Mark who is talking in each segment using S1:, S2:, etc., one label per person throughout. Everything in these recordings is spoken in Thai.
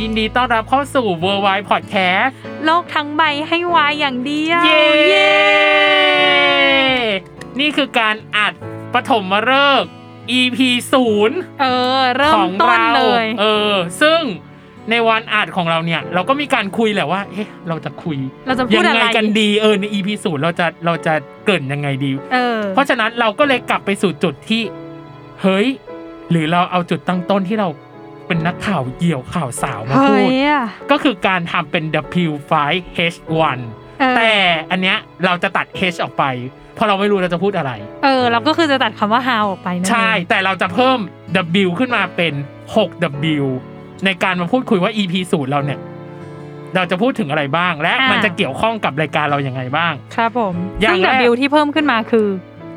S1: ยินดีต้อนรับเข้าสู่ Worldwide Podcast
S2: โลกทั้งใบให้วายอย่างเดียว
S1: เย้
S2: เย้
S1: นี่คือการอัดปฐมฤกษ์ EP 0
S2: เออ เริ่
S1: ข
S2: ม
S1: อง
S2: ต้น
S1: เรา
S2: เลย
S1: เออ ซึ่งในวันอัดของเราเนี่ย เราก็มีการคุยแหละว่า เอ๊ะ เราจะคุย
S2: เราจะพู
S1: ยั
S2: ด
S1: ง
S2: อะไร
S1: ไงกันดี เออ ใน EP 0เราจะ เราจะเกรินยังไงดี
S2: เออ
S1: เพราะฉะนั้นเราก็เลยกลับไปสู่จุดที่ เฮ้ย หรือเราเอาจุดตั้งต้นที่เราเป็นนักข่าวเกี่ยวข่าวสาวมา
S2: เฮ้
S1: พู
S2: ย
S1: ด
S2: อะ
S1: ก็คือการทำเป็น W5 H1
S2: เออ
S1: แต่อันเนี้ยเราจะตัด H ออกไป เพราะเราไม่รู้เราจะพูดอะไร
S2: เออ เราก็คือจะตัดคำว่า how ออกไปนั่นเอง
S1: ใช่แต่เราจะเพิ่ม W ขึ้นมาเป็น 6W ในการมาพูดคุยว่า EP สูตรเราเนี่ย เราจะพูดถึงอะไรบ้าง และมันจะเกี่ยวข้องกับรายการเราอย่างไงบ้าง
S2: ครับผม
S1: อย่าง
S2: ซึ่ง
S1: แรก
S2: W ที่เพิ่มขึ้นมาคือ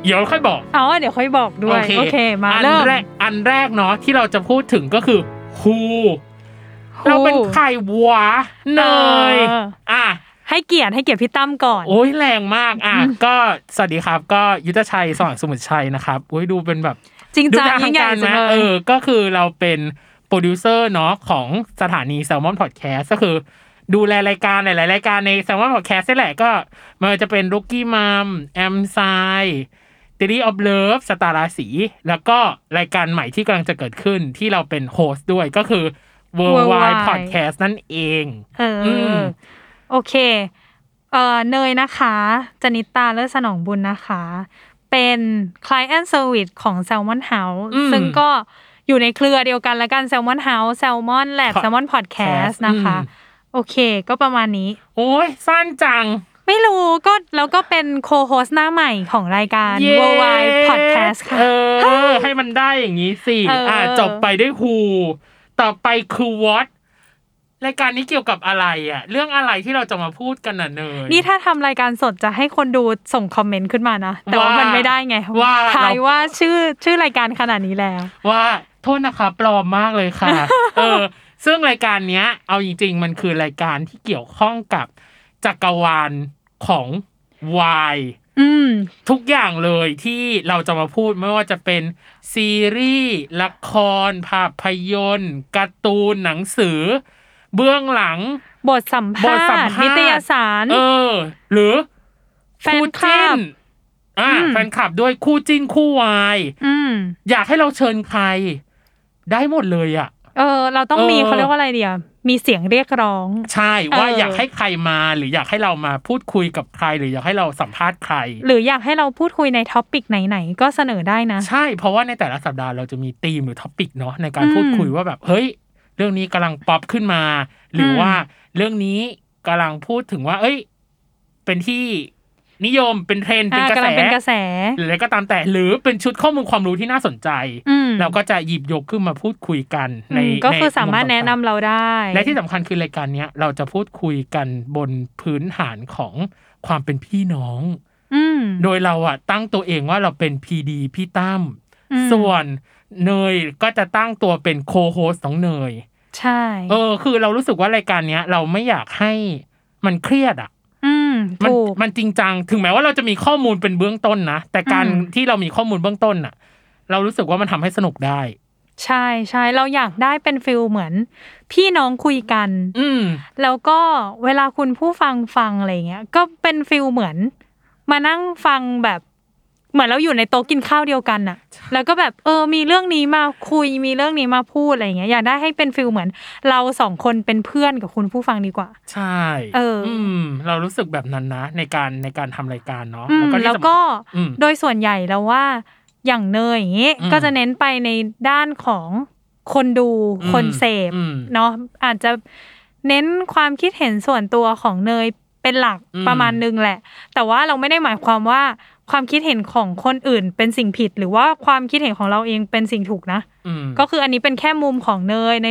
S1: เดี๋ยวเราค่อยบอก
S2: อ๋อเดี๋ยวค่อยบอกด้วย โอเค มา
S1: อัน
S2: เริ่ม
S1: แรกอันแรกเนาะที่เราจะพูดถึงก็คือ Who
S2: Who
S1: เราเป็นใครวะเนย
S2: เออ
S1: อ่ะ
S2: ให้เกียรติให้เกียรติพี่ตั้มก่อน
S1: โอ้ยแรงมากอ่ะก็สวัสดีครับก็ยุทธชัยสว่างสมุทรชัยนะครับโอ้ยดูเป็นแบบ
S2: จริง
S1: ดู
S2: จัง
S1: ทาง
S2: ยิ่งใหญ่
S1: การ
S2: จัง
S1: นะ
S2: เล
S1: เอย อก็คือเราเป็นโปรดิวเซอร์เนาะของสถานีแซลมอนพอดแคสต์ก็คือ ดูแลรายการหลายๆรายการในแซลมอนพอดแคสต์นี่แหละก็ไมันจะเป็นลูกกี้มัมแอมไซติลี่ออฟเลิฟสตาราสี แล้วก็รายการใหม่ที่กำลังจะเกิดขึ้นที่เราเป็นโฮสต์ด้วยก็คือ Worldwide Podcast นั่นเอง
S2: เอออ
S1: ม
S2: โอเค เออเนยนะคะ จนิตาเลิศสนองบุญนะคะ เป็น Client Service ของ Salmon House
S1: อืม
S2: ซึ่งก็อยู่ในเครือเดียวกันละกัน Salmon House Salmon Lab
S1: ค่ะ
S2: Salmon Podcast นะคะ
S1: อืม
S2: โอเค ก็ประมาณนี้
S1: โอ้ยสั้นจัง
S2: ไม่รู้ก็แล้วก็เป็นโคโฮสหน้าใหม่ของรายการ
S1: เย้
S2: Worldwide Podcast ค่ะ
S1: เออ ให้มันได้อย่างนี้สิ
S2: เอออ่
S1: อ่า จบไปด้วยฮูต่อไปคือวอตรายการนี้เกี่ยวกับอะไรอ่ะ เรื่องอะไรที่เราจะมาพูดกันน่ะเนย
S2: นี่ถ้าทำรายการสดจะให้คนดูส่งคอมเมนต์ขึ้นมานะ แต่ว่า
S1: ว่ามั
S2: มันไม่ได้ไง
S1: ว่า
S2: ทาย
S1: เรา
S2: ว่าชื่อชื่อรายการขนาดนี้แล้ว
S1: ว่าโทษนะคะปลอมมากเลยค่ะ เออ ซึ่งรายการเนี้ย เอาจริงๆ มันคือรายการที่เกี่ยวข้องกับจักรวาลของวาย
S2: อืม
S1: ทุกอย่างเลยที่เราจะมาพูดไม่ว่าจะเป็นซีรีส์ละคร ภาพยนตร์การ์ตูนหนังสือ เบื้องหลัง
S2: บทสัม
S1: บ
S2: ภา
S1: ทสัม
S2: ษณ์
S1: ภาษณ์
S2: นิตยสาร
S1: เออ หรือ
S2: แฟนคลั
S1: จิ้
S2: บ
S1: นอ่า
S2: อืม
S1: แฟนคลับด้วยคู่จิ้นคู่วาย
S2: อืม
S1: อยากให้เราเชิญใคร ได้หมดเลยอ่ะ
S2: เออ เราต้องมี
S1: เออ
S2: เขาเรียกว่าอะไรเดียวมีเสียงเรียกร้อง
S1: ใช่ว่า
S2: เออ
S1: อ
S2: อ
S1: ยากให้ใครมาหรืออยากให้เรามาพูดคุยกับใคร หรืออยากให้เราสัมภาษณ์ใคร
S2: หรืออยากให้เราพูดคุยในท็อปิกไหน ๆ ก็เสนอได้นะ
S1: ใช่ เพราะว่าในแต่ละสัปดาห์เราจะมีธีมหรือท็อปิกเนาะในการ
S2: อืม
S1: พูดคุยว่าแบบ เฮ้ย เรื่องนี้กำลังป๊อปขึ้นมา หรืออ
S2: ม
S1: ว่าเรื่องนี้กำลังพูดถึงว่า เอ้ย เป็นที่นิยมเป็นเทรนด์เป็น
S2: อ่าก
S1: ระแส
S2: กำลังเป็นกระแส
S1: หรืออะไรก็ตามแต่หรือเป็นชุดข้อมูลความรู้ที่น่าสนใจ
S2: อืม
S1: เราก็จะหยิบยกขึ้นมาพูดคุยกันใน
S2: อืมก็คือ
S1: ใน
S2: สามารถ
S1: มุมต่งๆ
S2: แนะนำเราได้
S1: และที่สำคัญคือรายการเนี้ยเราจะพูดคุยกันบนพื้นฐานของความเป็นพี่น้อง
S2: อืม
S1: โดยเราอะตั้งตัวเองว่าเราเป็นพีดีพี่ตั้ม
S2: อืม
S1: ส่วนเนยก็จะตั้งตัวเป็นโคโฮสของเนย
S2: ใช่
S1: เออ คือเรารู้สึกว่ารายการเนี้ย เราไม่อยากให้มันเครียดอะ
S2: อืม
S1: มั
S2: ถูก
S1: มันจริงจัง ถึงแม้ว่าเราจะมีข้อมูลเป็นเบื้องต้นนะ แต่การ
S2: อืม
S1: ที่เรามีข้อมูลเบื้องต้นอะ เรารู้สึกว่ามันทำให้สนุกได้
S2: ใช่ใช่เราอยากได้เป็นฟิลเหมือน พี่น้องคุยกัน
S1: อืม
S2: แล้วก็เวลาคุณผู้ฟังฟังอะไรเงี้ย ก็เป็นฟิลเหมือน มานั่งฟังแบบ เหมือนเราอยู่ในโต๊ะกินข้าวเดียวกันน่ะ แล้วก็แบบเออมีเรื่องนี้มาคุยมีเรื่องนี้มาพูดอะไรเงี้ยอยากได้ให้เป็นฟิลเหมือน เราสองคนเป็นเพื่อนกับคุณผู้ฟังดีกว่า
S1: ใช่
S2: เอออื
S1: ม เรารู้สึกแบบนั้นนะ ในการในการทำรายการเนาะ
S2: อืม
S1: ที่
S2: แล้ว
S1: สำคัญ
S2: ก็
S1: อืม
S2: โดยส่วนใหญ่แล้วว่าอย่างเนยอย่างงี้
S1: อืม
S2: ก็จะเน้นไปในด้านของคนดู
S1: อืม
S2: คนเสพ
S1: อืม
S2: เนาะอาจจะเน้นความคิดเห็นส่วนตัวของเนยเป็นหลัก
S1: อืม
S2: ประมาณนึงแหละ แต่ว่าเราไม่ได้หมายความว่าความคิดเห็นของคนอื่นเป็นสิ่งผิด หรือว่าความคิดเห็นของเราเองเป็นสิ่งถูกนะ
S1: อืม
S2: ก็คืออันนี้เป็นแค่มุมของเนยใน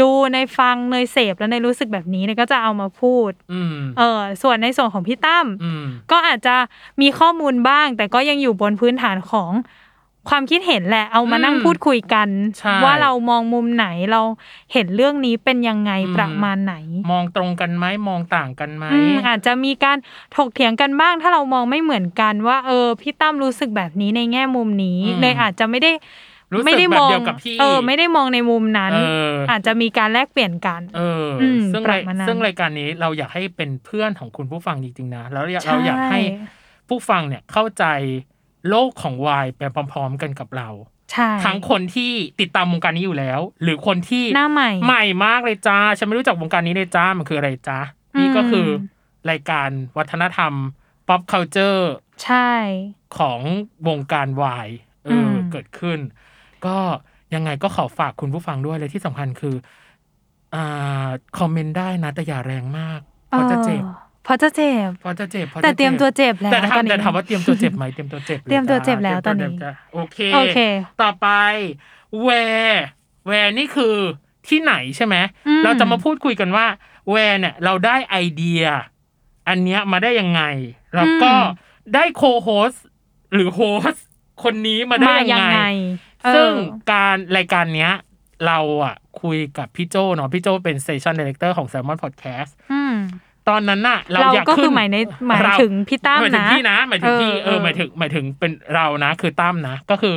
S2: ดูในฟังเนยเสพแล้วเนยรู้สึกแบบนี้เนยก็จะเอามาพูด
S1: อืม
S2: เออส่วนในส่วนของพี่ตั้ม
S1: อืม
S2: ก็อาจจะมีข้อมูลบ้าง แต่ก็ยังอยู่บนพื้นฐานของความคิดเห็นแหละเอามา
S1: อืม
S2: นั่งพูดคุยกัน
S1: ใช่
S2: ว่าเรามองมุมไหนเราเห็นเรื่องนี้เป็นยังไงประมาณไหน
S1: มองตรงกันไหมมองต่างกันไหม
S2: อืมอาจจะมีการถกเถียงกันบ้าง ถ้าเรามองไม่เหมือนกันว่า เออพี่ตั้มรู้สึกแบบนี้ในแง่มุมนี้
S1: อืม
S2: เลยอาจจะไม่ได้
S1: รู้สึก
S2: ไม่ได้มอง
S1: แบบเดียวกับพี่
S2: เออ ไม่ได้มองในมุมนั้น
S1: เอออ
S2: อาจจะมีการแลกเปลี่ยนกัน
S1: เอออ
S2: ม
S1: ซึ่ง
S2: ปรั
S1: รา
S2: บ
S1: ย
S2: มานั้น
S1: ซึ่งรายการนี้เราอยากให้เป็นเพื่อนของคุณผู้ฟังจริงๆนะแล้วเราอยาก
S2: ใช่
S1: เราอยากให้ผู้ฟังเนี่ยเข้าใจโลกของวายไปพร้อมๆกันกับเรา
S2: ใช่
S1: ทั้งคนที่ติดตามวงการนี้อยู่แล้ว หรือคนที่
S2: หน้าใหม่
S1: ใหม่มากเลยจ้าฉันไม่รู้จักวงการนี้เลยจ้ามันคืออะไรจ้านี่ก็คืออ
S2: ม
S1: รายการวัฒนธรรม pop culture
S2: ใช่
S1: ของวงการวายเอออ
S2: ม
S1: เกิดขึ้น ก็ยังไงก็ขอฝากคุณผู้ฟังด้วยเลยที่สำคัญคืออ่าคอมเมนต์ได้นะแต่อย่าแรงมากเพราะจะเจ็บ
S2: ออเพราะจะเจ็บ
S1: เพราะจะเจ็บพราะจะ
S2: แต่เตรียมตัวเจ็บแล้ว
S1: แต่ถา
S2: ตอ
S1: ม
S2: นนี้
S1: แต่ถามว่าเตรียมตัวเจ็บไหมเตรียมตัวเจ็บล
S2: เตรียมตัวเจ็บ
S1: จ้า
S2: แล้ว
S1: เตรียม
S2: ตอนนี้
S1: เจ็บจ้าโอเค
S2: โอเค
S1: ต่อไปแวร์แวร์นี่คือที่ไหนใช่ไหม
S2: อืม
S1: เราจะมาพูดคุยกันว่าแวร์เนี่ยเราได้ไอเดีย อันเนี้ยมาได้ยังไง แล้วก็ได้โคโฮสหรือโฮสคนนี้มาได้
S2: มายั
S1: ยัง ง
S2: ไง
S1: ไง
S2: เออ
S1: ซึ่งการรายการเนี้ย เราอ่ะคุยกับพี่โจเนาะพี่โจเป็นเซสชันดีเลกเตอร์ของ s ซ l m o n Podcast
S2: อืม
S1: ตอนนั้นน่ะ เรา
S2: เรา
S1: อยาก
S2: ก็
S1: ขึ้
S2: คือหมายในหมาย
S1: เร
S2: ถึงพี่ตั้ม
S1: หมายถึง
S2: นะ
S1: พี่นะหมายถึงพี่
S2: เออ
S1: เออหมายถึงหมายถึงเป็นเรานะ คือตั้มนะ ก็คือ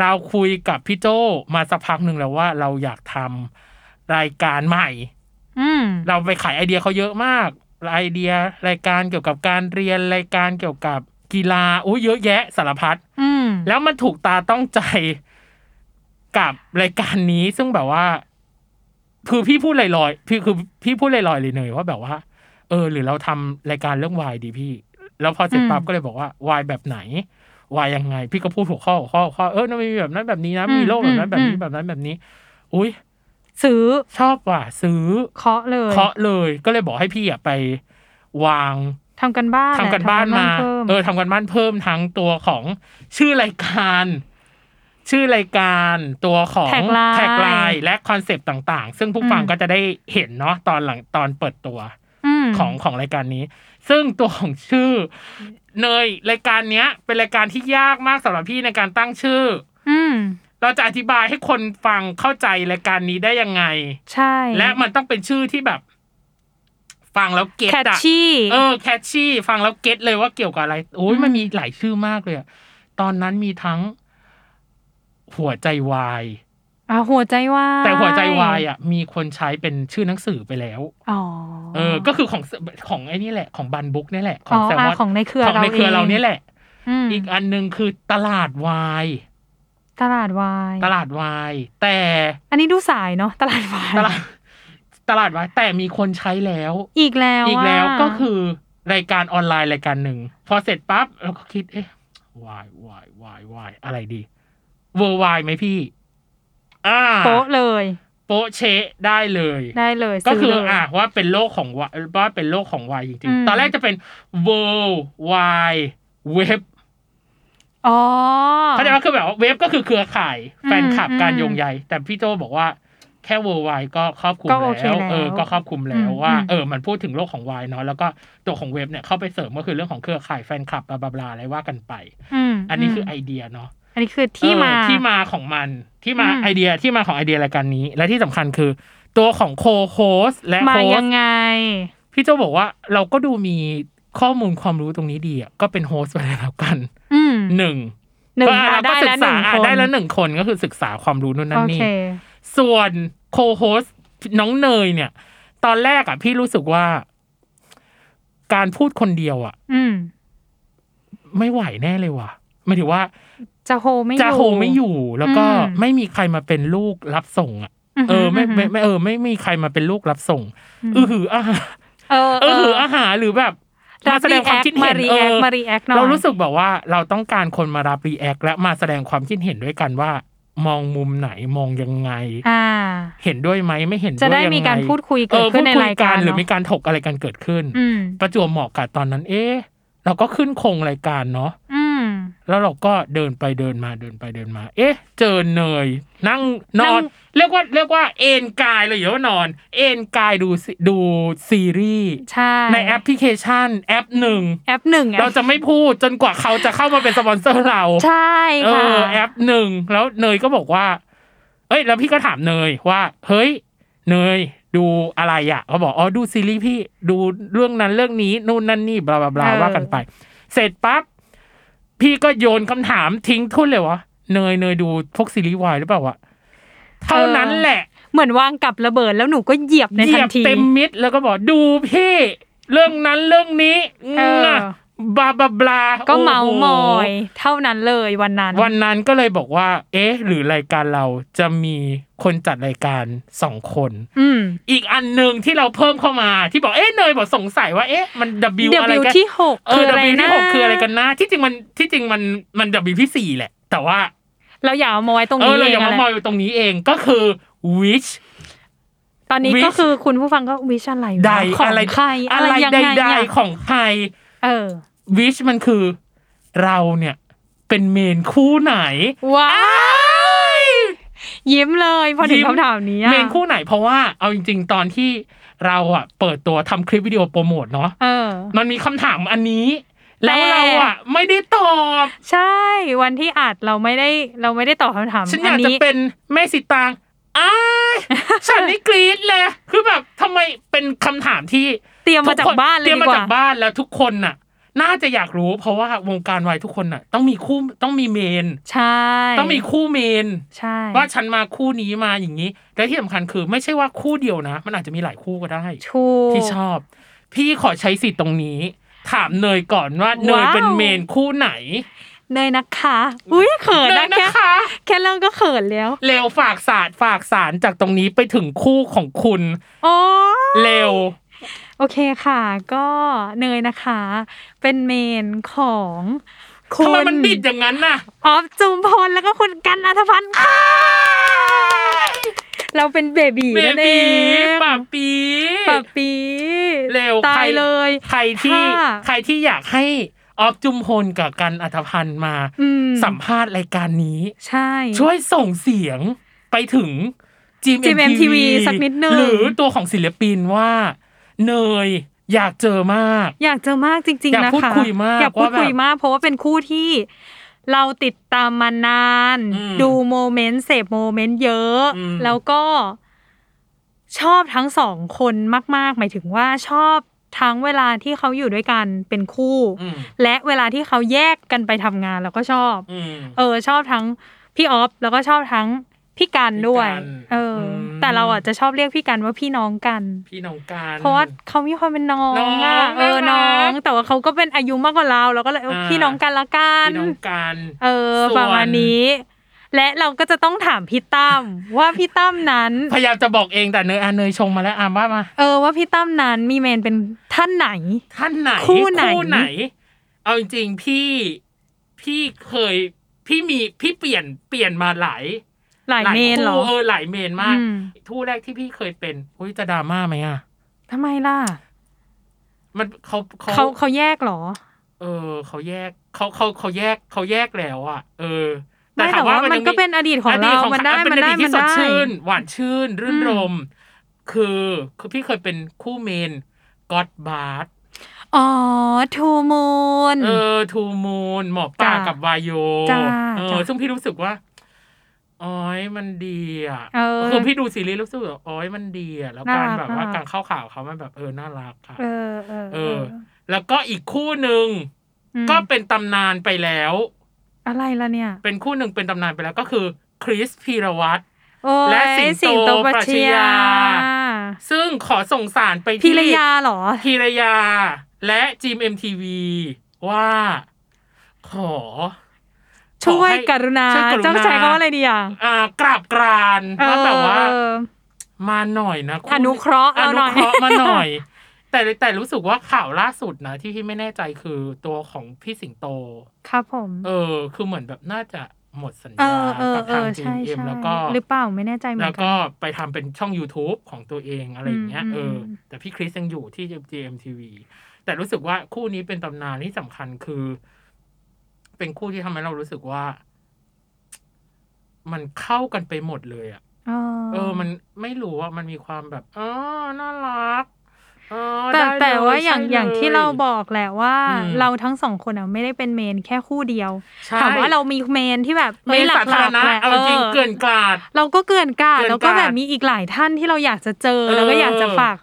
S1: เราคุยกับพี่โจมาสักพักหนึ่งแล้วว่าเราอยากทำรายการใหม่
S2: ืม
S1: เราไปขายไอเดียเขาเยอะมากไอเดียรายการเกี่ยวกับการเรียนรายการเกี่ยวกับกีฬาอุ้ยเยอะแยะสารพัด
S2: อืม
S1: แล้วมันถูกตาต้องใจกับรายการนี้ ซึ่งแบบว่า คือพี่พูดลอยๆพี่คือพี่พูดลอยๆเลยเนยว่าแบบว่า เออ หรือเราทำรายการเรื่องวายดีพี่ แล้วพอเสร็จ
S2: อืม
S1: ปั๊บก็เลยบอกว่าวายแบบไหนวายยังไง พี่ก็พูดหัวข้อหัวข้อหัวข้อเออมันมีแบบนั้นแบบนี้นะมีโลกแบบนั้นแบบนี้แบบนั้นแบบนี้ อุ้ย
S2: ซื้อ
S1: ชอบว่ะซื้อ
S2: เคาะเลย
S1: เคาะเลยก็เลยบอกให้พี่อ่ะไป วาง
S2: ทำกันบ้าน
S1: ทำกันบ้านมา
S2: ทำกรบ้น
S1: เอ
S2: เพิ่
S1: อทำกันบ้านเพิ่มทั้งตัวของชื่อรายการ ชื่อรายการตัวของ
S2: แท็กไลน์
S1: tag line และคอนเซปต์ต่าง ๆ ซึ่งผู้ฟัง
S2: อืม
S1: ก็จะได้เห็นเนาะตอนหลังตอนเปิดตัว
S2: ม
S1: ของของรายการนี้ ซึ่งตัวของชื่อ เนยรายการเนี้ย เป็นรายการที่ยากมากสำหรับพี่ในการตั้งชื่อ
S2: อืม
S1: เราจะอธิบายให้คนฟังเข้าใจรายการนี้ได้ยังไง
S2: ใช่
S1: และมันต้องเป็นชื่อที่แบบ ฟังแล้วเก็ต
S2: แคช
S1: อะ
S2: ชี่
S1: เออแคชชี่ฟังแล้วเก็ตเลยว่าเกี่ยวกับอะไรโอ้ย
S2: อืม
S1: มันมีหลายชื่อมากเลยอะตอนนั้นมีทั้ง หัวใจวาย
S2: อ่ะหัวใจวาย
S1: แต่หัวใจวายอ่ะ มีคนใช้เป็นชื่อหนังสือไปแล้ว
S2: อ๋อ
S1: เออ ก็คือของของไอ้นี่แหละของบันบุ๊กนี่ยแหละข
S2: อ๋
S1: อง
S2: อ
S1: แซล
S2: อ่ะ
S1: มอน
S2: ของในเครือ
S1: ของ
S2: เรา
S1: ในเครือเราเนี่ย
S2: ง
S1: แหละ
S2: อืม
S1: อีกอันหนึ่งคือตลาดวาย
S2: ตลาดวาย
S1: ตลาดวาย แต่
S2: อันนี้ดูสายเนาะ ตลาดวาย
S1: ตลาดตลาดวายแต่มีคนใช้แล้ว
S2: อีกแล้ว
S1: อีกแล้ว
S2: ะ
S1: ก็คือรายการออนไลน์รายการหนึ่ง พอเสร็จปั๊บเราก็คิด เอ๊ะวายวายวายวายอะไรดีเวอร์วายไหมพี่ อ่า
S2: โป๊ะเลย
S1: โป๊ะเชะได้เลย
S2: ได้เลย
S1: ก็คือ
S2: ซื้เลย
S1: อ่ะว่าเป็นโลกของวายว่าเป็นโลกของวายจริง
S2: อืม
S1: ๆ ตอนแรกจะเป็น world wide web
S2: อ๋อ
S1: เขาใจว่าคือแบบว่าเว็บก็คือเครือข่าย
S2: อืม
S1: แฟนคลับการ
S2: อืม
S1: โยงใยแต่พี่โจบอกว่าแค่ worldwide ก็ครอบคลุม
S2: ก็
S1: แล
S2: โอเค้
S1: ว
S2: แล้ว
S1: เออ ก็ครอบคลุมแล้ว
S2: อืม
S1: ว่า
S2: อืม
S1: เออ มันพูดถึงโลกของวายเนาะแล้วก็ตัวของเว็บเนี่ยเข้าไปเสริมก็คือเรื่องของเครือข่ายแฟนคลับบลาบลาบลาอะไรว่ากันไป
S2: ม
S1: อันนี้คือ
S2: ม
S1: ไอเดียเนาะ
S2: อันนี้คือที่
S1: เออ
S2: มา
S1: ที่มาของมันที่มา
S2: อืม
S1: ไอเดียที่มาของไอเดียรายการนี้ และที่สำคัญคือ ตัวของโคโฮสและ
S2: มา
S1: โฮ
S2: ยั
S1: ส
S2: งไง
S1: พี่โจบอกว่าเราก็ดูมีข้อมูลความรู้ตรงนี้ดีอะก็เป็นโฮสไปเลยแล้วกัน
S2: อืม
S1: หนึ่ง
S2: หนึ่ง
S1: ก็อ่ะ
S2: อ่ะ
S1: เราก็
S2: ได้
S1: ศึ
S2: แล้ว
S1: ก
S2: หนึ่
S1: ษาง อ่ะ
S2: คน
S1: ได้แล้วหนึ่งคนก็คือศึกษาความรู้นู่นนั่
S2: โอน
S1: นี่
S2: เค
S1: ส่วนโคโฮสน้องเนยเนี่ย ตอนแรกอ่ะพี่รู้สึกว่า การพูดคนเดียวอ่ะ
S2: อืม
S1: ไม่ไหวแน่เลยว่ะหมายถึงว่า
S2: จะโฮไม่อยู่
S1: จะโฮไม่อยู่แล้วก็
S2: อืม
S1: ไม่มีใครมาเป็นลูกรับส่งอ่ะ เออไม่ไม่ไม่เออ ไม่มีใครมาเป็นลูกรับส่ง อือหืออาหา
S2: เออ
S1: เออหืออาหาหรือแบบ
S2: รั
S1: มา
S2: บ
S1: แสดงความคิด
S2: react
S1: เห็น
S2: มา
S1: เอ
S2: รีแอค
S1: อ
S2: มารีแอคหน่อย
S1: เรารู้สึกแบบว่าเราต้องการคนมารับรีแอคและมาแสดงความคิดเห็นด้วยกันว่า มองมุมไหนมองยังไง
S2: อ่า
S1: เห็นด้วยไหมไม่เห็นด้วย
S2: จะ
S1: ยังไง
S2: ได้มีการพูดคุยเกิดขึ้นใน
S1: เออพูดคุ
S2: รายการ
S1: หรือ
S2: เนาะ
S1: มีการถกอะไรกันเกิดขึ้น
S2: อืม
S1: ประจวบเหมาะกับตอนนั้น เอ๊ะเราก็ขึ้นโครงรายการเนาะ
S2: อืม
S1: แล้วเราก็เดินไปเดินมาเดินไปเดินมา เอ๊ะ เจอเนย นั่งน
S2: นั่
S1: อน
S2: ง
S1: เรียกว่าเรียกว่าเอนกายเลยอย่าว่านอน เอนกายดูซีดูซีรีส์
S2: ใช่
S1: ในแอปพลิเคชันแอปหนึ่ง
S2: แอปหนึ่ง
S1: เรา
S2: อะ
S1: จะไม่พูดจนกว่าเขาจะเข้ามาเป็นสปอนเซอร์เรา
S2: ใช่
S1: เอ
S2: ค่ะ
S1: อแอปหนึ่งแล้วเนยก็บอกว่า เอ้ย แล้วพี่ก็ถามเนยว่า เฮ้ย เนยดูอะไรอ่ะเขาบอกอ๋อดูซีรีส์พี่ดูเรื่องนั้นเรื่องนี้นู่นนั่นนี่บลาบลาบลาว่ากันไป เสร็จปั๊บพี่ก็โยนคำถามทิ้งทุ่นเลยวะเนยเนยดูพวกซีรีส์วายหรือเปล่าวะเท่านั้นแหละ
S2: เหมือนวางกับระเบิดแล้วหนูก็เหยียบใน
S1: เห
S2: ทั
S1: ยี
S2: น
S1: ยบ
S2: ที
S1: เต็มมิดแล้วก็บอกดูพี่ เรื่องนั้นเรื่องนี้
S2: เออ
S1: นะบลาบลาบลา
S2: ก็
S1: โอ้โห
S2: เมามอย เท่านั้นเลยวันนั้น
S1: วันนั้นก็เลยบอกว่า เอ๊ะ หรือรายการเราจะมีคนจัดรายการสองคน
S2: อืม
S1: อีกอันหนึ่งที่เราเพิ่มเข้ามาที่บอก เอ๊ะ เนยบอกสงสัยว่า เอ๊ะ มัน W
S2: เด
S1: อะไร
S2: บิว
S1: กัน
S2: ที่หก
S1: เอ
S2: คือ ออะไร
S1: W
S2: นะ
S1: ที่หกคืออะไรกันนะ ที่จริงมัน ที่จริงมัน มัน W ที่สี่แหละ แต่ว่า
S2: เราอย่าเอามาไว้ตรง
S1: เอ
S2: นี้
S1: อ เราอ
S2: เอ
S1: งย่า
S2: อะ
S1: มา
S2: ไร
S1: มอยตรงนี้เอง ก็คือ which
S2: ตอนนี้ก็
S1: which
S2: คือคุณผู้ฟังก็วิชอะไรวะ
S1: ใด
S2: ของ
S1: อะไร
S2: ใครอะไรยัง
S1: ใ
S2: ไง
S1: ด
S2: อะ
S1: ๆของใคร
S2: เออ
S1: which มันคือ เราเนี่ย เป็นเมนคู่ไหน
S2: ว้าย ยิ้มเลยพอถึง
S1: ยิ้ม
S2: คำถามนี้อะ
S1: เมนคู่ไหนเพราะว่าเอาจริง ๆ ตอนที่เราอ่ะเปิดตัวทำคลิปวิดีโอโปรโมทเนาะ
S2: เออ
S1: มันมีคำถามอันนี้ แล้ว
S2: แต่
S1: เราอ่ะ ไม่ได้ตอบ
S2: ใช่วันที่อัดเราไม่ได้เราไม่ได้ตอบคำถาม
S1: ฉันอยาก
S2: น
S1: จะ
S2: นี้
S1: เป็นแม่สิตาง อ้ายฉันนี่กรี๊ดเลยคือแบบทำไมเป็นคำถามที่
S2: เตรียมมาจาก
S1: ทุค
S2: บ้านเลย
S1: เตรียม
S2: ดี
S1: มาก จาก
S2: ว่า
S1: บ้านแล้วทุกคนน่ะ น่าจะอยากรู้ เพราะว่าวงการวายทุกคนน่ะ ต้องมีคู่ต้องมีเมน
S2: ใช่
S1: ต้องมีคู่เมน
S2: ใช่
S1: ว่าฉันมาคู่นี้มาอย่างนี้และที่สำคัญคือ ไม่ใช่ว่าคู่เดียวนะ มันอาจจะมีหลายคู่ก็ได้
S2: ถูก
S1: ที่ชอบ พี่ขอใช้สิทธิ์ตรงนี้ ถามเนยก่อนว่าเนย
S2: ว้าว
S1: เป็นเมนคู่ไหน
S2: เนยนะคะ อุ้ยเขิน
S1: เน
S2: นะ
S1: ยนะ
S2: แค่
S1: คะ
S2: แค่เริ่มก็เขินแล้ว
S1: เร็วฝากสารฝากสารจากตรงนี้ไปถึงคู่ของคุณ
S2: โอ้
S1: เร็ว
S2: โอเคค่ะ ก็เนยนะคะ เป็นเมนของคุ
S1: ทำ
S2: ณ
S1: ไมมันบิดอย่างนั้นน่ะ
S2: ออฟจุมพลแล้วก็คุณกันอัธพันธ์ค่ะเราเป็นเบบี
S1: เบ
S2: นั่นเอ
S1: บี
S2: ง
S1: ป่าปี
S2: ปับปี
S1: เร็ว
S2: ตายเลย
S1: ใครที่
S2: ค่ะ
S1: ใครที่อยากให้ออฟจุมพลกับกันอัธพันธ์มา
S2: อืม
S1: สัมภาษณ์รายการนี้
S2: ใช่
S1: ช่วยส่งเสียงไปถึง GMMTV
S2: GMMTV สักนิดนึง
S1: หรือตัวของศิลปินว่าเนยอยากเจอมาก
S2: อยากเจอมากจริง
S1: อ
S2: ๆ
S1: ยาก
S2: นะคะ
S1: พูดคุยมาก
S2: อยากพูด
S1: ว่าแบบ
S2: คุยมากเพราะว่าเป็นคู่ที่เราติดตามมานาน
S1: อืม
S2: ดูโมเมนต์เสพโมเมนต์เยอะ
S1: อืม
S2: แล้วก็ชอบทั้งสองคนมาก ๆ หมายถึงว่าชอบทั้งเวลาที่เขาอยู่ด้วยกันเป็นคู่
S1: อืม
S2: และเวลาที่เขาแยกกันไปทำงานเราก็ชอบ
S1: อืม
S2: เออ ชอบทั้งพี่ออฟแล้วก็ชอบทั้งพี่กันด้วย
S1: พี่กัน
S2: เอออ
S1: ม
S2: แต่เราอ่ะจะชอบเรียกพี่กันว่าพี่น้องกัน
S1: พี่น้องการ
S2: เพราะว่าเขามีความเป็นน้อง
S1: น้อง
S2: อะเออ
S1: น่ารัก
S2: น้อง แต่ว่าเขาก็เป็นอายุมากกว่าเราเราก็เลยเออ
S1: อ่า
S2: พี่น้องกันละกั
S1: พี่
S2: น
S1: น้องการ
S2: เออ
S1: ส่วน
S2: ประมาณนี้ และเราก็จะต้องถามพี่ตั้ม ว่าพี่ตั้มนั้น
S1: พยายามจะบอกเองแต่เนยอ่ะเนยชงมาแล้วอ่ะว่ามา
S2: เออว่าพี่ตั้มนั้นมีเมนเป็นท่านไหน
S1: ท่านไหน
S2: คู่ไหน
S1: ไหน เอาจริงๆพี่พี่เคยพี่มีพี่เปลี่ยนเปลี่ยนมาหลาย
S2: หลายเมนเหรอ
S1: คู่เออหลายเมนมาก
S2: อืม
S1: ทู่แรกที่พี่เคยเป็นอุ้ยจะดราม่าไหมอ่ะ
S2: ทำไมล่ะ
S1: มันเขาเขา
S2: เขาเขาแยกเหรอ
S1: เออเขาแยกเขาเขาเขาแยกเขาแยกแล้วอ่ะ เออ
S2: ไม่แต่ว่ามัน
S1: ยัง
S2: ก็เป็นอดีตของ
S1: อดีต
S2: เรา
S1: ของ
S2: มันได้
S1: อ่ะเป็
S2: มัน
S1: อ
S2: ได้
S1: ดีต
S2: มัน
S1: ที่สด
S2: ได้
S1: ชื่น หวานชื่น รื่น
S2: อืม
S1: รม คือคือพี่เคยเป็นคู่เมนก็อดบาร์
S2: อ๋อทูมูน
S1: เออทูมูนหมอป่า
S2: จ้า
S1: กับวายโย
S2: จ้า
S1: เออ
S2: จ้า
S1: ซึ่งพี่รู้สึกว่าอ้อยมันดีอ่ะ
S2: เออ
S1: คือพี่ดูซีรีส์รู้สึกว่าอ้อยมันดีอ่ะแล้วการ
S2: น่ารั
S1: แบ
S2: ก
S1: บว่า
S2: น่ารัก
S1: การเข้าข่าวเขามันแบบเออน่ารักค่ะ
S2: เออเออ
S1: เออ แล้วก็อีกคู่หนึ่ง
S2: อืม
S1: ก็เป็นตำนานไปแล้ว
S2: อะไรล่ะเนี่ย
S1: เป็นคู่หนึ่งเป็นตำนานไปแล้วก็คือคริสพีรวัตร
S2: โอ้ย
S1: และสิงโต
S2: งโตปัช
S1: ปรัชญา
S2: ญา
S1: ซึ่งขอส่งสารไป
S2: พิ
S1: ที่
S2: รยาเหรอ
S1: พีรยา และจีมเอ็มทีวีว่า ขอ
S2: ช่
S1: ข
S2: วย
S1: อให้
S2: กรุณา
S1: ช่วยกรุณา
S2: เจ้าชายเขาอะไรดีอ่ะ
S1: อ่ากราบกรานว่าแบบว่า
S2: เออ
S1: มาหน่อยนะณ
S2: อนุเคราะห์
S1: อ
S2: เราห
S1: นุ
S2: น่อย
S1: เคราะห์มาห น่อย แต่แต่รู้สึกว่าข่าวล่าสุดนะที่พี่ไม่แน่ใจคือตัวของพี่สิงโต
S2: ครับผม
S1: เออ คือเหมือนแบบน่าจะหมดสัญ
S2: เอ
S1: ญา
S2: อเออ
S1: กับ
S2: เอ
S1: ทาง
S2: อ
S1: จี
S2: ใช่
S1: เอ็ม
S2: ใช่
S1: แล้วก็
S2: หรือเปล่าไม่แน่ใจเหมื
S1: แล้
S2: อ
S1: วน
S2: กั
S1: ก็
S2: น
S1: ไปทำเป็นช่อง YouTube ของตัวเองอะไรอย่างเงี้ย
S2: อืม
S1: เอออ
S2: ม
S1: แต่พี่คริสยังอยู่ที่ GMTV แต่รู้สึกว่าคู่นี้เป็นตำนานที่สำคัญคือ เป็นคู่ที่ทำให้เรารู้สึกว่า มันเข้ากันไปหมดเลยอะ
S2: เออ
S1: เออ มันไม่รู้ว่ามันมีความแบบอ๋อน่ารักเออ
S2: แต่
S1: ได้เลย
S2: แต่ว่าอย่าง
S1: ใช่ล
S2: อย่างที่เราบอกแหละว่า
S1: อืม
S2: เราทั้งสองคนอ่ะไม่ได้เป็นเมนแค่คู่เดียว
S1: ใช่
S2: ถามว่าเรามีเมนที่แบบ
S1: เมนสาธารณะ
S2: หลักๆแหละ
S1: เอาจริงเกินกลาด
S2: เราก็เกินกาด
S1: เกินกาด
S2: แล้วก็แบบมีอีกหลายท่านที่เราอยากจะเจอ
S1: เออ
S2: แล้วก็อยากจะฝาก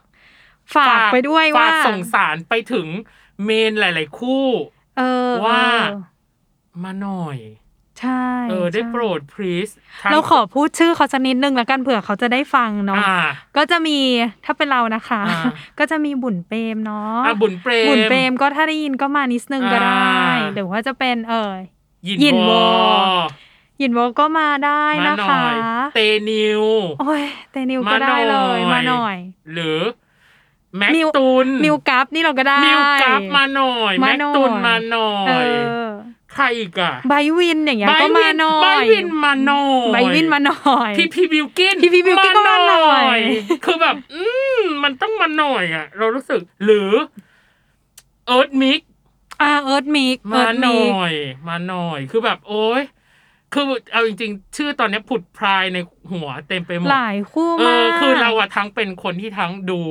S2: ฝากไปด้วยว่า
S1: ฝากส่งสารไปถึงเมนหลาย ๆ คู่
S2: เออ
S1: ว่า
S2: เออ
S1: มาหน่อย
S2: ใช่
S1: เออ ได้
S2: ใช่
S1: โปรด please ทั้ง
S2: เราขอพูดชื่อเขาสักนิดนึงแล้วกันเผื่อเขาจะได้ฟังเนาะ
S1: อ่า
S2: ก็จะมีถ้าเป็นเรานะคะ
S1: อ่า
S2: ก็จะมีบุญเปรมเนาะ
S1: อ่ะบุญเปรม
S2: ญเปรมก็ถ้าได้ยินก็มานิดนึงก็ได้
S1: อ่า
S2: หรือว่าจะเป็นเอ่ย
S1: ยิน
S2: ยิน
S1: ว
S2: วอ
S1: อ
S2: หยินโวก็มาได้
S1: มา
S2: นะ
S1: หน่
S2: คะ
S1: อย เตนิว
S2: โอ้ยเตนิวก็
S1: มาหน่
S2: ได้
S1: อย
S2: เลยมาหน่อย
S1: หรือ แม็ก
S2: มิว
S1: ตุน
S2: มิวกัฟนี่เราก็ได้
S1: มิวกัฟมาหน่อย
S2: มา
S1: แม็ก
S2: หน่อย
S1: ตุนมาหน่อ
S2: เอย อ
S1: ใครอีกอะ
S2: ไบร์ทวินอย่างเงี้ยก็มาหน่อย
S1: ไบวินมาหน่อย
S2: ไบร์ทวินมาหน่อย
S1: พี่พี่บิวกิน
S2: พี่พี่บิวกิ้นก็มาหน่อย
S1: คือแบบ อืมมันต้องมาหน่อยอ่ะ เรารู้สึก หรือเอิร์ธมิก
S2: อ่าเอิร์ธมิก
S1: มา
S2: เอิร์ธ
S1: ห
S2: มิ
S1: น่
S2: ก
S1: อย มาหน่อย คือแบบ โอ้ยคือเอาจริง ๆ ชื่อตอนเนี้ยผุดพรายในหัวเต็มไปหมด
S2: หลายคู่
S1: เอ
S2: มาก
S1: อคือเราอะทั้งเป็นคนที่ทั้งดู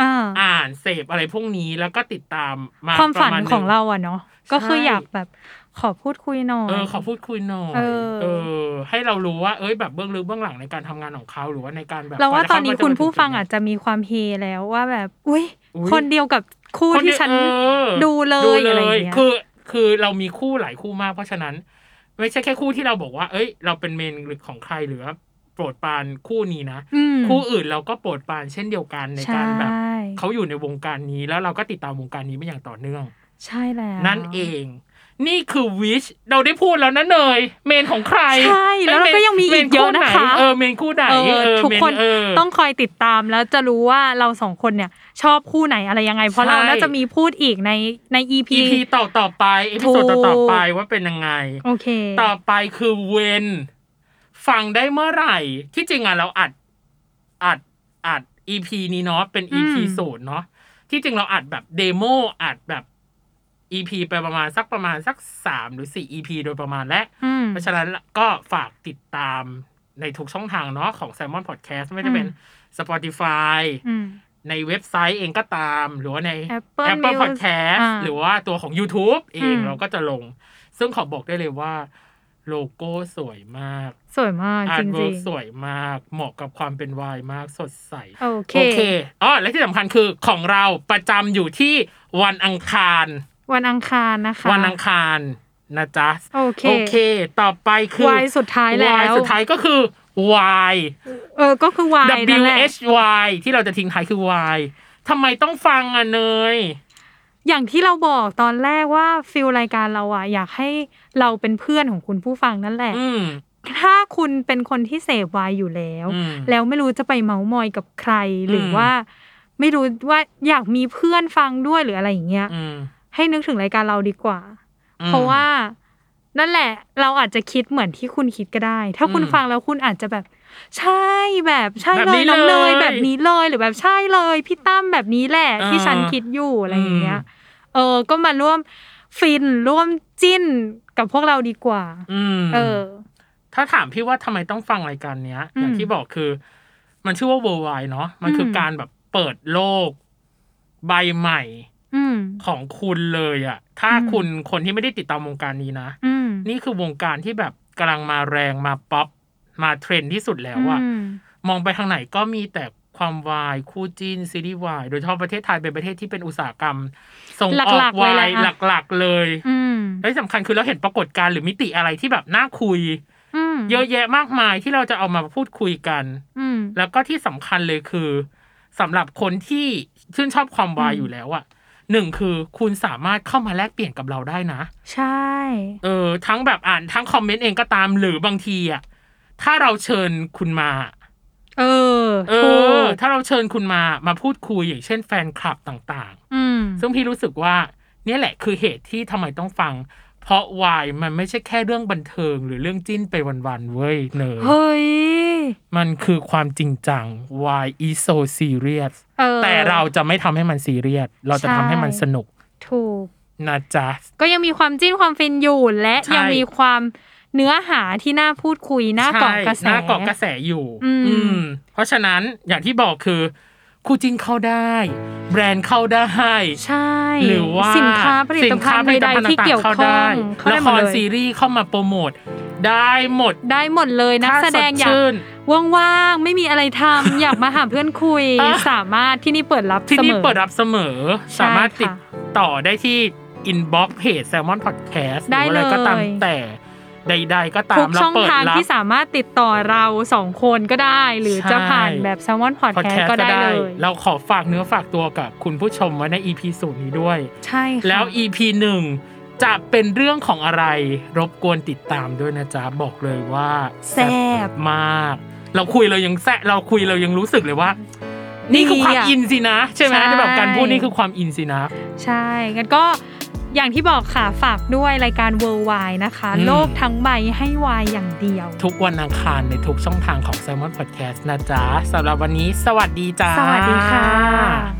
S2: อ่า
S1: อ่านเสพอะไรพวกนี้แล้วก็ติดตามมา
S2: ความฝัน
S1: ประณห
S2: ของเราอะเนาะก็คือ
S1: ใช่
S2: อยากแบบขอพูดคุยหน่อย
S1: เออขอพูดคุยหน่อย
S2: เออ
S1: อให้เรารู้ว่า เอ้ยแบบเบื้องลึกเบื้องหลังในการทำงานของเขาหรือว่าในการแบบ
S2: เราว่าตอน
S1: ก
S2: นี้
S1: จะเข้
S2: คุณผู้ฟัง
S1: ม
S2: อาจ
S1: ถึ
S2: จะมีความเฮแล้วว่าแบบ อุ้ย
S1: อุ๊ย
S2: คนเดียวกับคู่
S1: คน
S2: ที่
S1: เดียว
S2: ฉัน
S1: เออ
S2: ดูเลยอะไรอย่างเงี้ย
S1: คือคือเรามีคู่หลายคู่มาก เพราะฉะนั้น ไม่ใช่แค่คู่ที่เราบอกว่า เอ้ย เราเป็นเมนหรือของใครหรือว่าโปรดปรานคู่นี้นะ
S2: อืม
S1: คู่อื่นเราก็โปรดปรานเช่นเดียวกันใน
S2: ใช่
S1: การแบบเขาอยู่ในวงการนี้แล้วเราก็ติดตามวงการนี้มาอย่างต่อเนื่อง
S2: ใช่แล้ว
S1: นั่นเอง นี่คือวิชเราได้พูดแล้วนะเนยเมนของใคร
S2: ใช่แล้วเราก็ยังมีอีกเยอะนะคะ
S1: เออเมนคู่ไหน
S2: เอ
S1: เอ
S2: อ
S1: อ
S2: ทุก
S1: เม
S2: คน
S1: เออ
S2: ต้องคอยติดตามแล้วจะรู้ว่าเราสองคนเนี่ย ชอบคู่ไหนอะไรยังไง เพราะ
S1: ใช่
S2: เราน่าจะมีพูดอีกในใน EP
S1: EP ต่อต่อๆไปเอพิโซด
S2: ถู
S1: ต่อก ต่อๆไปว่าเป็นยังไง
S2: โอเค
S1: ต่อไปคือเวนฟังได้เมื่อไหร่ ที่จริงอ่ะเราอัดอัดอัด EP นี้เนาะเป็น EP
S2: อืม
S1: ศูนย์เนาะที่จริงเราอัดแบบเดโมอัดแบบ EP ไปประมาณสักประมาณสักสามหรือสี่ EP โดยประมาณและ
S2: อืม
S1: เพราะฉะนั้นก็ฝากติดตามในทุกช่องทางเนาะของ s ซ l m o n Podcast ไม่ว่าจะเป็น
S2: อืม
S1: Spotify
S2: อืม
S1: ในเว็บไซต์เองก็ตาม หรือว่าใน
S2: Apple Music
S1: Podcast
S2: อ่า
S1: หรือว่าตัวของ YouTube เอง
S2: อืม
S1: เราก็จะลง ซึ่งขอบอกได้เลยว่าโลโก้สวยมาก
S2: สวยมาก
S1: อา
S2: จ
S1: ร์ตเวิ
S2: ริ
S1: ร์
S2: ง
S1: กสวยมาก เหมาะกับความเป็นวายมากสดใส
S2: ๆโอเค
S1: โอเคอ๋อและที่สำคัญคือของเราประจำอยู่ที่วันอังคาร
S2: วันอังคารนะคะ
S1: วันอังคารนะจ๊ะ
S2: โอเค
S1: โอเค ต่อไปคือ
S2: วายสุดท้ายแล้ว
S1: วายสุดท้ายก็คือ Y
S2: เออ ก็คือวายนั่น
S1: W
S2: แหละ
S1: H Y ที่เราจะทิ้งท้ายคือ Y ทำไมต้องฟังอ่ะเนย
S2: อย่างที่เราบอกตอนแรกว่าฟิลรายการเราอะอยากให้เราเป็นเพื่อนของคุณผู้ฟังนั่นแหละ
S1: อืม
S2: ถ้าคุณเป็นคนที่เสพวายอยู่แล้ว
S1: อืม
S2: แล้วไม่รู้จะไปเมาส์มอยกับใครหรือ
S1: ม
S2: อว่า ไม่รู้ว่าอยากมีเพื่อนฟังด้วยหรืออะไรอย่างเงี้ย
S1: อืม
S2: ให้นึกถึงรายการเราดีกว่า
S1: อืม
S2: เพราะว่านั่นแหละ เราอาจจะคิดเหมือนที่คุณคิดก็ได้ ถ้าคุณ
S1: อืม
S2: ฟังแล้วคุณอาจจะแบบ ใช่แบบใช่
S1: แบบ
S2: เล
S1: นี้
S2: ยน้องเนย
S1: เลย
S2: แบบนี้เลยหรือแบบใช่เลยพี่ตั้มแบบนี้แหละ
S1: อ่า
S2: ที่ฉันคิดอยู่อะไรอย่างเงี้ย
S1: อื
S2: เออ ก็มาร่วมฟินร่วมจิ้นกับพวกเราดีกว่า
S1: อืม
S2: เออ
S1: ถ้าถามพี่ว่าทำไมต้องฟังรายการเนี้ย
S2: อืม
S1: อย่างที่บอกคือ มันชื่อว่า Worldwide เนาะมันคืออ
S2: ม
S1: การแบบเปิดโลก ใบใหม่
S2: อืม
S1: ของคุณเลยอะถ้า
S2: อืม
S1: คุณคนที่ไม่ได้ติดตามวงการนี้นะ
S2: อืม
S1: นี่คือวงการที่แบบกำลังมาแรงมาป๊อปมาเทรนด์ที่สุดแล้วอะ
S2: อืม
S1: มองไปทางไหนก็มีแต่ ความวาย คู่จีนซีรีส์วาย โดยเฉพาะประเทศไทยเป็นประเทศที่เป็นอุตสาหกรรม ส่งออ
S2: หลั
S1: ก
S2: กๆเล
S1: วาย ย
S2: นะคะ
S1: หลักๆเลย
S2: อืม
S1: และที่สำคัญคือเราเห็นปรากฏการณ์หรือมิติอะไรที่แบบน่าคุย
S2: อืม
S1: เยอะแยะมากมายที่เราจะเอามาพูดคุยกัน
S2: อืม
S1: แล้วก็ที่สำคัญเลยคือสำหรับคนที่ชื่นชอบความวายอยู่แล้วอะหนึ่งคือคุณสามารถเข้ามาแลกเปลี่ยนกับเราได้นะ
S2: ใช่
S1: เออทั้งแบบอ่านทั้งคอมเมนต์เองก็ตามหรือบางทีอะถ้าเราเชิญคุณมา
S2: เออ
S1: เอ
S2: ถู
S1: อ
S2: ก
S1: ถ้าเราเชิญคุณมามาพูดคุยอย่างเช่นแฟนคลับต่าง
S2: อืม
S1: ๆ ซึ่งพี่รู้สึกว่าเนี่ยแหละคือเหตุที่ทำไมต้องฟัง เพราะวายมันไม่ใช่แค่เรื่องบันเทิง หรือเรื่องจิ้นไปวันๆเว้ยเนย
S2: เฮ้ย
S1: มันคือความจริงจัง why is so serious
S2: เออ
S1: แต่เราจะไม่ทำให้มันซีเรียส เราจะ
S2: ใช่
S1: ทำให้มันสนุก
S2: ถูก
S1: นะจ๊ะ
S2: ก็ยังมีความจิ้นความฟินอยู่ และ
S1: ใช่
S2: ยังมีความเนื้อหาที่น่าพูดคุยน่าเกาะกระแส
S1: ใช่หน้าเกาะกระแสอยู่
S2: อืม
S1: อืม เพราะฉะนั้นอย่างที่บอกคือ คู่จิ้นเข้าได้ แบรนด์เข้าได้
S2: ใช่
S1: หรือว่า
S2: สินค้าผลิต
S1: สิน
S2: ภั
S1: ค้า
S2: ณฑ์
S1: ผลิต
S2: ใด
S1: ภัณฑ์
S2: ๆที่
S1: ต่าง
S2: เกี่ยว
S1: ๆเข้า
S2: ข้อ
S1: ได้
S2: งเข้าได้
S1: ละ
S2: ห
S1: ค
S2: มด
S1: ร
S2: เลย
S1: ซีรีส์เข้ามาโปรโมท ได้หมด
S2: ได้หมดเลยนักแสดงอยาก
S1: ถ้าสดชื่น
S2: ว่างๆ ไม่มีอะไรทำ อยากมาหาเพื่อนคุย
S1: อ่ะ
S2: สามารถที่นี่เปิดรับ
S1: ที่
S2: เสมอ
S1: นี่เปิดรับเสมอ
S2: ใช่
S1: สามารถติด
S2: ค่ะ
S1: ต่อได้ที่ inbox เพจ Salmon Podcast ห
S2: ได้
S1: รืออะไรก็ตาม
S2: เลย
S1: แต่ใด ๆ ก็ตา
S2: ทุ
S1: ม
S2: ก
S1: เรา
S2: ช่อง
S1: เปิด
S2: ทาง
S1: รับ
S2: ที่สามารถติดต่อเราสองคนก็ได้ หรือจะผ่านแบบแซลมอนพอด
S1: พอด
S2: แคส
S1: แคส
S2: ต์
S1: ต์
S2: ก็
S1: ก็
S2: ได้
S1: ได้
S2: เลย
S1: เราขอฝากเนื้อฝากตัวกับคุณผู้ชมไว้ใน EP ศูนย์นี้ด้วย
S2: ใช่ค่ะ
S1: แล้ว EP หนึ่งจะเป็นเรื่องของอะไร รบกวนติดตามด้วยนะจ๊ะ บอกเลยว่า
S2: แซ่บ
S1: มาก เราคุยเรายังแซะเราคุยเรายังรู้สึกเลยว่า
S2: ดี
S1: นี่คือความ
S2: อะ
S1: อินสินะ ใช่ไหม
S2: ใช่
S1: ในแบบการพูดนี่คือความอินสินะ
S2: ใช่กันก็อย่างที่บอกค่ะ ฝากด้วยรายการ Worldwide นะคะ
S1: อืม
S2: โลกทั้งใบให้วายอย่างเดียว
S1: ทุกวันอังคารในทุกช่องทางของ s ซ l m o n Podcast นะจ๊ะสำหรับวันนี้ สวัสดีจ้า
S2: สวัสดีค่ะ